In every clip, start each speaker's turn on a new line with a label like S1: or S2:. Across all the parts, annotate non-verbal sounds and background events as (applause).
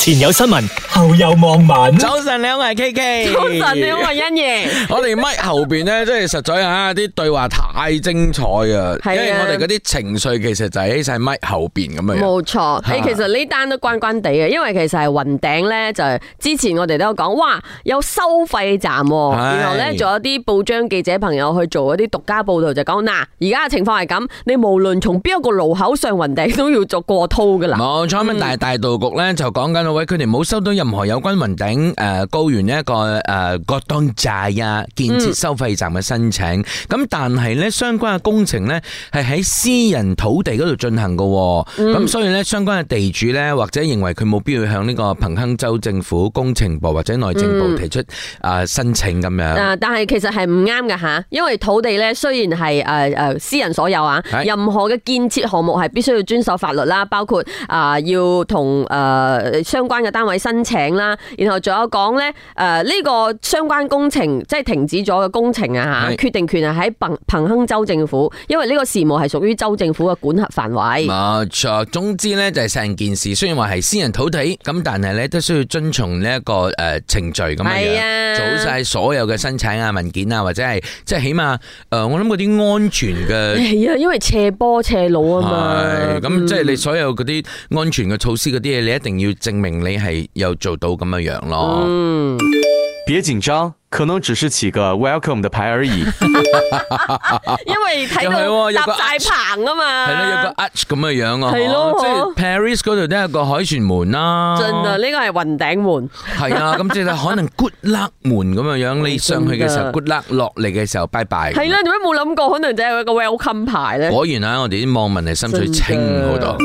S1: 前有新聞，後有網民。
S2: 早晨，你好，我
S3: (laughs)
S2: 係 K K。
S3: 早晨，你好，我係欣怡。
S2: 我哋咪後邊咧，即係實在啊，啲對話太精彩啊！
S3: 係啊
S2: 因為我哋嗰啲情緒其實就喺晒咪後邊咁樣。
S3: 冇錯，
S2: 嚇
S3: 誒，其實呢單都關關地嘅，因為其實係雲頂咧，就係之前我哋都有講，哇，有收費站
S2: 係
S3: 喎，然後咧仲有啲報章記者朋友去做一啲獨家報導，就講嗱，而家嘅情況係咁，你無論從邊一個路口上雲頂都要做過渡噶啦，
S2: 冇錯，咁但係大道局咧就講緊啊喂，佢哋冇收到任何有關雲頂誒高原呢一個誒葛當寨啊建設收費站嘅申請。咁但係咧相關嘅工程咧係喺私人土地嗰度進行嘅喎，咁所以咧相關嘅地主咧或者認為佢冇必要向呢個彭亨州政府工程部或者內政部提出誒申請咁樣。
S3: 啊，但係其實係唔啱嘅吓，因為土地咧雖然係誒誒私人所有啊，
S2: 係
S3: 任何嘅建設項目係必須要遵守法律啦，包括啊、要同誒、呃相關嘅單位申請啦，然後仲有講咧誒呢個相關工程即係停止咗嘅工程啊嚇，
S2: 係
S3: 決定權係喺彭彭亨州政府，因為呢個事務係屬於州政府嘅管轄範圍。
S2: 冇錯，總之咧就係成件事雖然話係私人土地，咁但係咧都需要遵從呢一個誒程序咁樣樣
S3: 係。啊，
S2: 做好晒所有嘅生產啊、文件啊，或者係即係起碼誒、呃我諗嗰啲安全
S3: (laughs)
S2: 嘅
S3: 係啊，因為斜坡斜路啊嘛
S2: 係，咁即係你所有嗰啲安全嘅措施嗰啲嘢，你一定要證明你係有做到咁樣樣咯。
S3: 嗯。
S4: 别紧张，可能只是起个 welcome 的牌而已。
S3: 因为睇
S2: 又係喎
S3: 到
S2: 有個
S3: 搭晒棚啊嘛，
S2: 係咯，有個 arch 咁嘅樣啊，
S3: 係咯
S2: 即係 Paris 嗰度都有個海船門啦，
S3: 真啊，呢個係雲頂門，
S2: 係
S3: (laughs)
S2: 啊，咁即係可能 good luck 門咁樣樣，你上去嘅時
S3: 真
S2: 候
S3: 㗎
S2: good luck，落嚟嘅時候拜拜。
S3: 係啦，點解冇諗過可能就係一個 welcome 牌咧？
S2: 果然啊，我哋啲網民係心水清好多。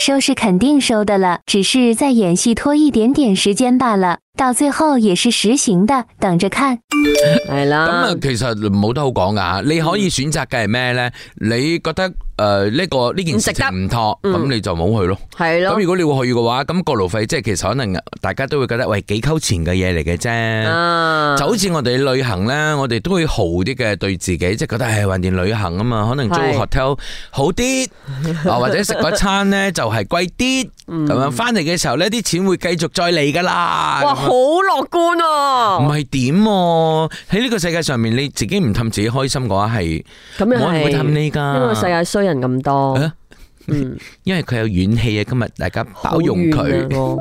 S5: 收是肯定收的了，只是在演戏拖一点点时间罢了，到最后也是实行的，等着看。
S2: 咁
S3: 係啦
S2: 啊，，其實冇得好講噶，你可以選擇嘅係咩咧？你覺得诶呢個呢件事情唔妥，
S3: 唔值得
S2: 咁
S3: 嗯
S2: 你就冇去咯。
S3: 係
S2: 咁
S3: 咯
S2: 如，果你會去嘅話，咁過路費即係其實可能大家都會覺得喂幾溝錢嘅嘢嚟嘅啫。
S3: 啊，
S2: 就好似我哋旅行咧，我哋都會豪啲嘅對自己，即係覺得係橫掂旅行啊嘛，可能租
S3: 係
S2: hotel 好啲，啊或
S3: (laughs)
S2: 者食嗰餐咧就係貴啲，咁樣翻嚟嘅時候呢啲錢會繼續再嚟噶啦。
S3: 嗯哇，
S2: 咁樣
S3: 好樂觀
S2: 唔
S3: 喎，
S2: 係點喎？喺呢個世界上面，你自己唔氹自己開心嘅話，係
S3: 咁又
S2: 冇人會氹
S3: 係，
S2: 你㗎。
S3: 呢個世界衰人咁多
S2: 啊，
S3: 嗯，
S2: 因為佢有怨氣啊！今日大家包容
S3: 好
S2: 佢。
S3: 遠啊我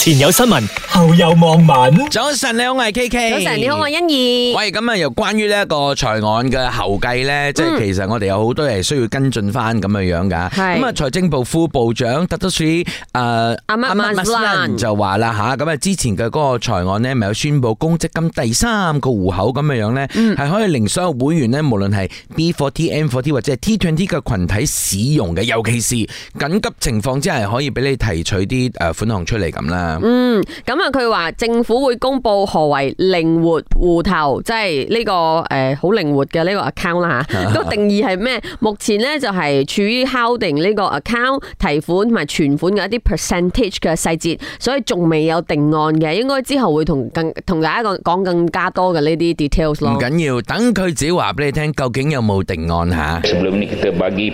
S1: 前有新聞，後有網民。
S2: 早晨，你好，我係 K K。
S3: 早晨，你好，我係欣怡，
S2: 喂，咁啊，又關於呢一個財案嘅後繼呢，
S3: 嗯
S2: 即係其實我哋有好多嘢需要跟進翻咁樣樣㗎。
S3: 係
S2: 咁啊，財政部副部長特德斯誒阿
S3: Ahmad Mazlan
S2: 就話啦吓，咁啊之前嘅嗰個財案呢，咪有宣布公積金第三個户口咁樣樣呢，
S3: 嗯
S2: 係可以令所有會員呢，無論係 B 4 T、M 4 T 或者係 T 2 T 嘅群體使用嘅，尤其是緊急情況之下，係可以俾你提取啲誒款項出嚟咁啦。
S3: 嗯，咁啊，佢話政府會公布何為靈活户頭，即係呢、個诶好靈活嘅呢個
S2: (laughs)
S3: account 啦吓。咁定義係咩？目前咧就係處於敲定呢個 account 提款同埋存款嘅一啲 percentage 嘅細節，所以仲未有定案嘅，應該之後會同更同大家講講更加多嘅呢啲 details
S2: 唔
S3: 咯。
S2: 緊要，等佢自己話俾你聽，究竟有冇定案嚇？
S6: Sebelum ni kita bagi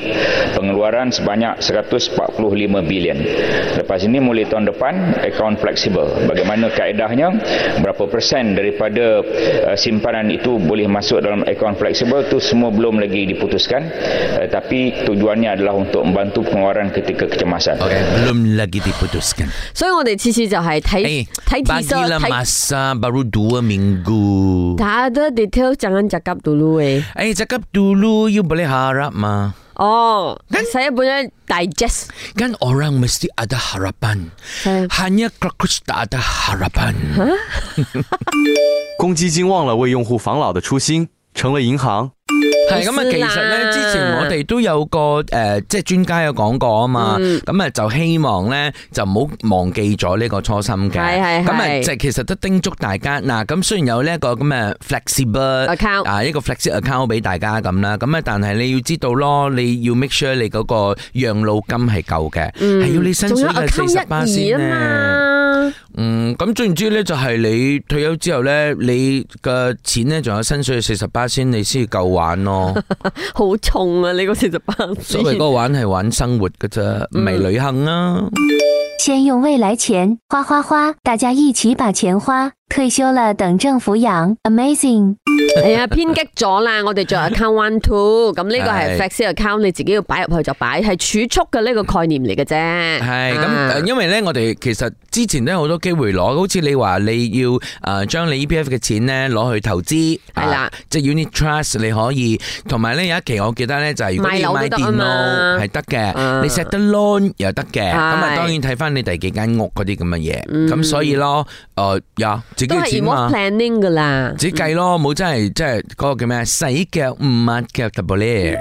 S6: pengeluaran sebanyak 145 bilion. Lepas ini mulai tahun depan akaun fleksibel. Bagaimana kaedahnya? Berapa persen daripada uh, simpanan itu boleh masuk dalam akaun fleksibel tu semua belum lagi diputuskan. Uh, tapi tujuannya adalah untuk membantu pengeluaran ketika kecemasan.
S2: Okay, Eh, belum lagi diputuskan.
S3: 所以我哋次次就係睇
S2: Eh,
S3: 睇 t
S2: bagi
S3: i
S2: lah
S3: 睇
S2: masa baru dua minggu.
S3: 打得 detail 陣間就急到咯喂。
S2: Eh, cakap dulu you boleh harap mah.
S3: 哦，
S2: 哎
S3: 使一本 digest。呃
S2: Kan orang mesti ada harapan.
S3: Saya-
S2: Hanya Krakus tak ada harapan.
S4: 公积金忘了为用户防老的初心，成了银行。
S2: 係咁啊，其實咧之前我哋都有個誒、呃即係專家有講過啊嘛，咁啊、就希望咧就唔好忘記咗呢個初心嘅，
S3: 係係係
S2: 咁啊就其實都叮囑大家嗱，咁雖然有呢一個咁嘅 flexible
S3: Account
S2: 啊一個 flexible account 俾大家咁啦，咁啊但係你要知道咯，你要 make sure 你嗰個養老金係夠嘅，係、要你薪
S3: 嗯仲
S2: 水
S3: 有
S2: 嘅四十八
S3: account 一
S2: 先
S3: 二
S2: 咧。
S3: 啊嘛。
S2: 嗯，咁總言之咧，就係你退休之後咧，你嘅錢咧仲有薪水四十八先，你先夠玩咯。
S3: (laughs) 好重啊！呢個四十八 (laughs)
S2: 所謂嗰個玩係玩生活嘅啫，唔係旅行啊。
S5: 先用未来钱花花花，大家一起把钱花，退休了等政府养，amazing。
S3: 系啊，偏激咗啦！我哋做 account one
S2: (laughs)
S3: two，咁呢個
S2: 係
S3: 係 flex account，你自己要擺入去就擺，係儲蓄嘅呢個概念嚟嘅啫。
S2: 係，咁，
S3: 啊
S2: 呃，因為呢，我哋其實之前都有好多機會攞，好似你話你要，呃，將你 EPF 嘅錢呢，攞去投資，啊，
S3: 係啦。
S2: 即係unit trust你可以，同埋呢，有一期我記得呢，就係如果你要
S3: 買樓
S2: 買
S3: 都得啊
S2: 電腦，
S3: 嘛。
S2: 係得嘅，
S3: 啊。
S2: 你set 得 loan 又得嘅，
S3: 係。嗯
S2: 咁啊，當然睇返你第幾間屋嗰啲咁嘅嘢，咁所以咯，呃，呀，自己嘅
S3: 都係嗯
S2: 錢嘛，
S3: involve planning 噶啦。
S2: 自己計咯，冇真係-即係嗰個叫咩，洗腳唔抹腳，double-layer。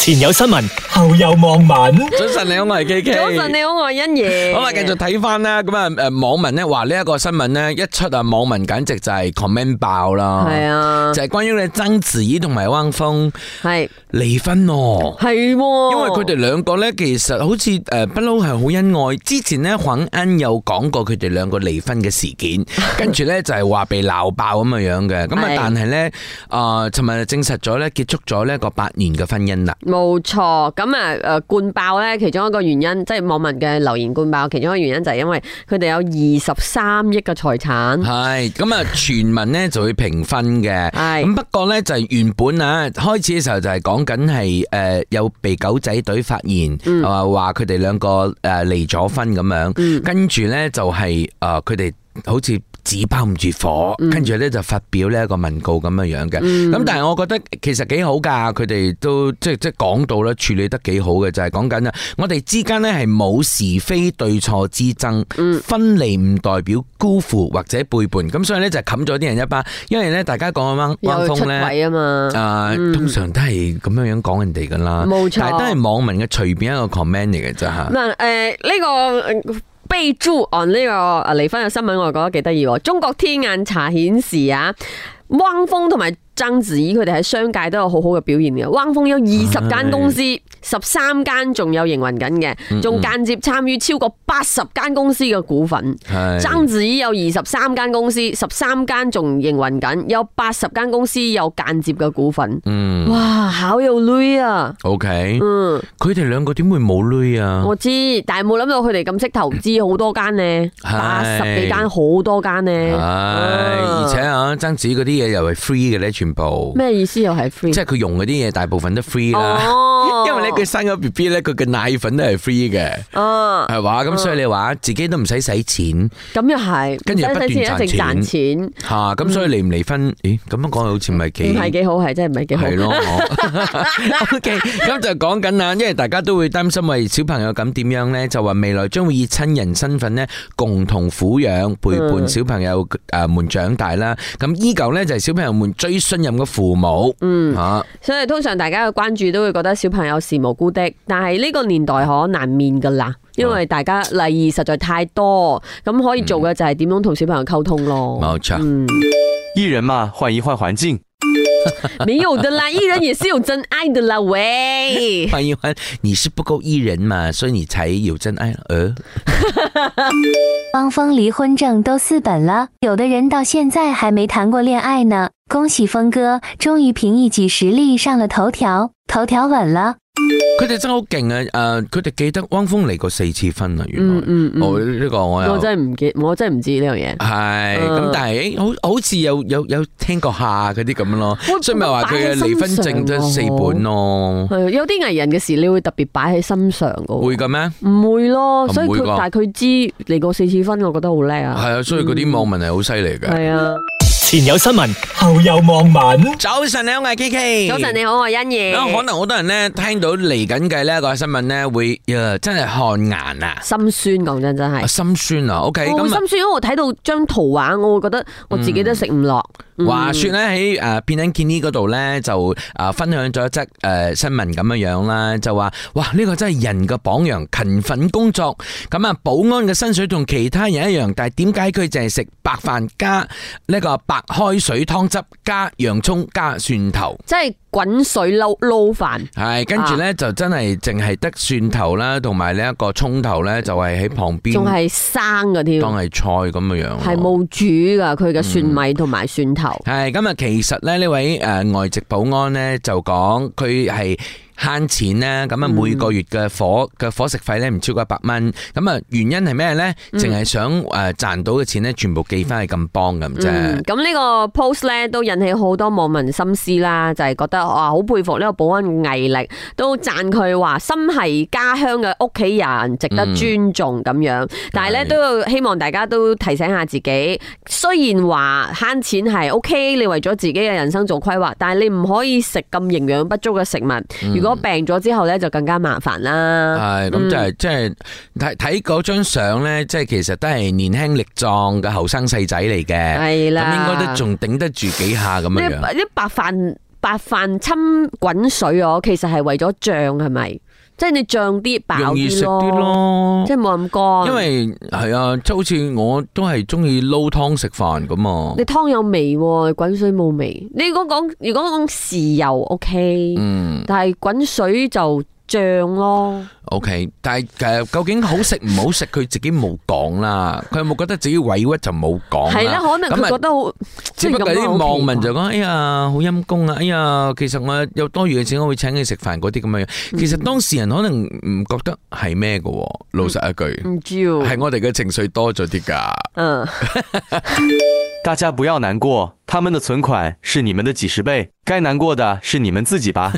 S1: 前有新聞，後有網民。
S2: 早晨，你好，我係KK
S3: 早晨，你好，我係欣怡。
S2: 好啦，繼續睇翻啦，咁啊誒網民咧話呢一個新聞咧一出啊，網民簡直就係 comment 爆啦，
S3: 係啊，
S2: 就係關於咧曾子怡同埋汪峰
S3: 係
S2: 離婚咯。
S3: 係喎，
S2: 因為佢哋兩個咧，其實好似誒不嬲係好恩愛。之前咧，尹恩有講過佢哋兩個離婚嘅事件，跟住咧就係話被鬧爆咁嘅樣嘅。咁啊
S3: 係，
S2: 但係咧，誒尋日就證實咗咧，結束咗呢個八年嘅婚姻啦。
S3: 冇錯，咁啊誒灌爆咧，其中一個原因即係網民嘅留言灌爆，其中一個原因就係因為佢哋有二十三億嘅財產，
S2: 系咁啊，全民咧就會平分嘅。
S3: 係
S2: 咁不過咧就係原本啊，開始嘅時候就係講緊係诶有被狗仔隊發現，啊話佢哋兩個诶离咗婚咁樣，跟住咧就係诶佢哋好似。紙包唔住火，跟住咧就發表呢一個文告咁樣樣嘅。咁、但係我覺得其實幾好㗎，佢哋都即即講到啦，處理得幾好嘅，就係講緊啊，我哋之間咧係冇是非對錯之爭，分離唔代表辜負或者背叛。咁所以咧就冚咗啲人一巴，因為咧大家講緊汪
S3: 有出
S2: 峰咧。
S3: 軌啊嘛，
S2: 啊，通常都係咁樣樣講人哋噶啦，
S3: 冇嗯錯
S2: 但係都係網民嘅隨便一個 comment 嚟嘅啫吓。
S3: 嗱誒呢個。呃備注 on 呢個呃離婚嘅新聞，我覺得幾得意喎。中國天眼查顯示啊，汪峰同埋曾子怡佢哋喺商界都有好好嘅表現嘅。汪峰有二十間公司，十三間仲有營運緊
S2: 嗯
S3: 嘅，仲間接參與超過八十間公司嘅股份。
S2: 係
S3: 曾子怡有二十三間公司，十三間仲營運緊，有八十間公司有間接嘅股份。
S2: 嗯
S3: 哇，考有女啊！
S2: ，OK，
S3: 嗯，
S2: 佢哋兩個點會冇女啊？
S3: 我知，但系冇諗到佢哋咁識投資好多間呢，
S2: 係
S3: 八十幾間好多間呢。
S2: 係，
S3: 啊
S2: 而且啊，曾子嗰啲嘢又係 free 嘅咧，全部，
S3: 咩意思又係 free？
S2: 即係佢用嗰啲嘢大部分都 free 啦。 (laughs)
S3: 哦
S2: 因為咧佢生咗 B B 咧，佢嘅奶粉都係 free 嘅，
S3: 啊，
S2: 係嘛？咁所以你話自己都唔使使錢
S3: 咁又係，
S2: 跟住又不斷
S3: 使錢一直賺
S2: 賺
S3: 錢，
S2: 吓，咁所以離唔離婚？咦，咁樣講好似唔係
S3: 嗯唔
S2: 幾
S3: 係幾好，係真係唔係幾好
S2: 系。
S3: (laughs)
S2: 咯我，OK，咁就講緊啦，因為大家都會擔心為小朋友咁點樣呢？就話未來將會以親人身份呢，共同撫養陪
S3: 嗯
S2: 伴小朋友诶们長大啦。咁依舊呢，就係小朋友們最信任嘅父母，嗯吓，
S3: 所以通常大家嘅關注都會覺得小朋友是無辜的，但係呢個年代可難免噶啦，因
S2: 啊
S3: 為大家例義實在太多，咁可以做嘅就係點樣同小朋友溝通咯。
S2: 冇錯。
S3: 嗯，
S4: 艺人嘛，换一换环境。
S3: 没有的啦，艺人也是有真愛的啦，
S2: (laughs)
S3: 喂。
S2: 欢迎欢，你是不夠藝人嘛，所以你才有真愛。呃，
S5: 汪峰离婚证都四本了，有的人到现在还没谈过恋爱呢。恭喜峰哥，终于凭一己实力上了头条，头条稳了。
S2: 佢哋真係好勁啊！诶、佢哋記得汪峰離過四次婚啊，原來。
S3: 嗯嗯嗯，
S2: 哦，呢、個我
S3: 我
S2: 又。
S3: 真係唔記，我真係唔知呢樣嘢。
S2: 系，咁
S3: 嗯
S2: 但系，好好似有有有听过下嗰啲咁咯， (laughs) (laughs) 所以咪話佢嘅離婚證都四本咯，
S3: 係啊有啲藝人嘅事，你會特別擺喺心上噶。
S2: 會嘅咩？
S3: 唔會咯？
S2: 唔
S3: 所以
S2: 會
S3: 佢
S2: 㗎
S3: 但係佢知嚟過四次婚，我覺得好叻啊。
S2: 係啊，所以嗰啲網民係好犀利嘅。
S3: 係啊，
S1: 前有新聞，後有網民。
S2: 早晨你好，我係 K K。
S3: 嗯早晨你好，我係啊欣怡。
S2: 啊可能好多人咧聽到嚟緊嘅呢一個新聞咧，會呀真係汗顏啊，
S3: 心酸，講真真係
S2: 啊。心酸啊。OK，
S3: 我會
S2: 咁啊
S3: 心酸，因為我睇到張圖畫，我會覺得我自己都食唔落。嗯
S2: 話說咧啊喺呃誒變緊建呢嗰度咧就誒分享咗一則誒新聞咁樣樣啦，就話哇呢、個真係人嘅榜樣，勤奮工作。咁啊，保安嘅薪水同其他人一樣，但係點解佢淨係食白飯加呢個白開水湯汁加洋葱加蒜頭？
S3: 即係滾水撈撈飯，
S2: 係跟住咧就真係淨係得蒜頭啦，同埋呢一個葱頭咧就係喺旁邊
S3: 仲係生嘅添，
S2: 當嗯係菜咁樣樣。
S3: 係冇煮噶佢嘅蒜米同埋蒜頭。
S2: 呃系咁啊，其實咧呢位诶外籍保安咧就講佢係慳錢啦，咁啊
S3: 嗯
S2: 每個月嘅伙嘅伙食費咧唔超過一百蚊，咁啊原因係咩咧？
S3: 嗯
S2: 淨係想诶賺到嘅錢咧，全部寄翻去咁幫咁啫
S3: 嗯，。咁呢個 post 咧都引起好多網民心思啦，就係覺得哇好佩服呢個保安嘅毅力，都讚佢話心係家鄉嘅屋企人，值得尊重咁樣。但係咧
S2: 係
S3: 都要希望大家都提醒下自己，雖然話慳錢係 OK，你為咗自己嘅人生做規劃，但係你唔可以食咁營養不足嘅食物。如果病咗之後咧，就更加麻煩啦。
S2: 係咁就係即係睇睇嗰張相咧，即係其實都係年輕力壯嘅後生細仔嚟嘅。
S3: 係啦，
S2: 咁應該都仲頂得住幾下咁
S3: 呢
S2: 樣樣。
S3: 啲白飯白飯侵滾水哦，其實係為咗醬係咪？即係你醬啲飽
S2: 容易食
S3: 啲
S2: 啲
S3: 咯，
S2: 咯
S3: 即，係冇咁乾。
S2: 因為係啊，即係好似我都係中意撈湯食飯咁啊嘛。
S3: 你湯有味喎，滾水冇味。你如果講如果講豉油 OK，、
S2: 嗯
S3: 但係滾水就醬咯。
S2: ，OK，但係誒，究竟好食唔好食，佢自己冇講啦。佢有冇覺得自己委屈就冇講
S3: 係啦，可能
S2: 咁啊
S3: 佢覺得好，啊
S2: 只不過啲網民就講：哎呀，好陰公啊！哎呀，其實我有多餘嘅錢，我會請你食飯嗰啲咁樣。
S3: 嗯
S2: 其實當事人可能唔覺得係咩嘅喎，老實一句，
S3: 唔知喎
S2: 係我哋嘅情緒多咗啲㗎。
S3: 嗯。
S4: 大家不要难过，他们的存款是你们的几十倍，该难过的是你们自己吧。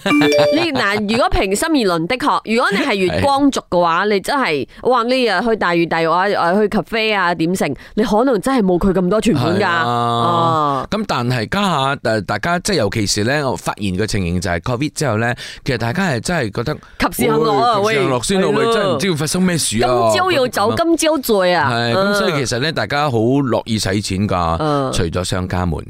S3: 你嗱，如果平心而論，的確，如果你係月光族嘅話，你真係哇呢日去大魚大肉啊，誒去 cafe 啊點成，你可能真係冇佢咁多存款
S2: 係
S3: 㗎。
S2: 啊
S3: 哦，
S2: 咁但係家下誒大家即係尤其是咧，我發現嘅情形就係 Covid 之後咧，其實大家係真係覺得
S3: 及時行樂啊，喂，
S2: 喂及時行樂先啊，
S3: 係
S2: 喂，
S3: 咯
S2: 真係唔知會發生咩事
S3: 今
S2: 啊！
S3: 朝要走，今朝醉啊。
S2: 係咁，所以其實咧，大家好樂意使錢㗎，
S3: 嗯
S2: 除咗商家們。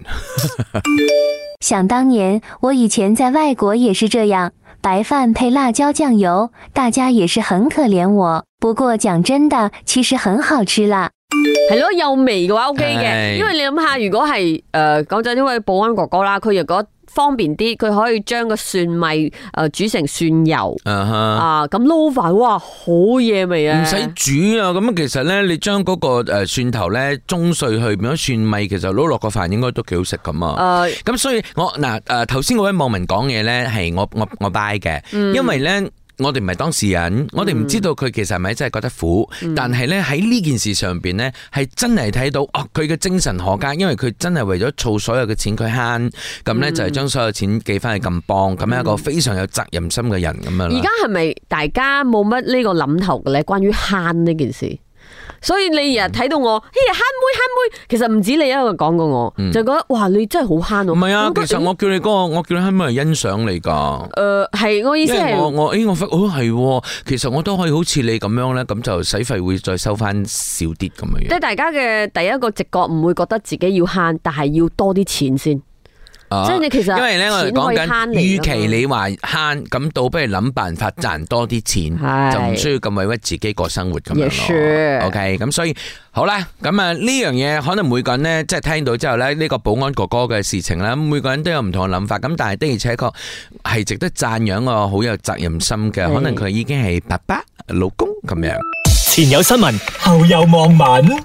S5: 想当年，我以前在外国也是这样，白饭配辣椒酱油，大家也是很可怜我。不过讲真的，其实很好吃啦。
S3: 係咯，有味嘅話 OK
S2: 係
S3: 嘅，因為你諗下，如果係誒講真，因為保安哥哥啦，佢如果方便啲，佢可以將個蒜米誒煮成蒜油
S2: 啊哈
S3: 啊，咁撈飯哇好嘢味啊！
S2: 唔使煮啊！咁其實咧，你將嗰個誒蒜頭咧中碎去變咗蒜米，其實撈落個飯應該都幾好食咁啊！
S3: 誒
S2: 咁所以我嗱誒頭先嗰位網民講嘢咧係我我我 buy 嘅，
S3: 嗯
S2: 因為咧。我哋唔係當事人，我哋唔知道佢其實係咪真係覺得苦，
S3: 嗯
S2: 但係咧喺呢件事上邊咧，係真係睇到哦佢嘅精神可嘉，因為佢真係為咗儲所有嘅錢佢慳，咁
S3: 嗯
S2: 咧就係將所有錢寄翻去咁幫，咁樣一個非常有責任心嘅人咁樣
S3: 而
S2: 啦
S3: 家。係咪大家冇乜呢個諗頭嘅咧？關於慳呢件事，所以你日
S2: 嗯
S3: 日睇到我，嘿慳妹慳妹，其實唔止你一個講過我，就覺得哇你真係好慳喎。
S2: 嗯唔係啊，
S3: 覺
S2: 其
S3: 得
S2: 實我叫你嗰個，我叫你係咪欣賞你㗎？
S3: 誒係我意
S2: 因
S3: 思
S2: 為
S3: 係
S2: 我。我诶、我發哦係喎，其實我都可以好似你咁樣咧，咁就使費會再收翻少啲咁嘅
S3: 即
S2: 樣。
S3: 系大家嘅第一個直覺唔會覺得自己要慳，但係要多啲錢先。
S2: 啊
S3: 即係你其實
S2: 因為咧我哋講
S3: 錢可以
S2: 緊，預
S3: 慳嚟㗎嘛
S2: 期你話慳，咁倒不如諗辦法賺多啲錢，
S3: 係
S2: 就唔需要咁委屈自己過生活咁
S3: 也
S2: 樣
S3: 是
S2: 咯。OK，咁所以好啦，咁啊呢樣嘢可能每個人咧，即係聽到之後咧，呢個保安哥哥嘅事情啦，每個人都有唔同嘅諗法，咁但係的而且確係值得讚揚個好有責任心嘅，
S3: 係
S2: 可能佢已經係爸爸、老公咁樣。
S1: 前有新聞，後有網民。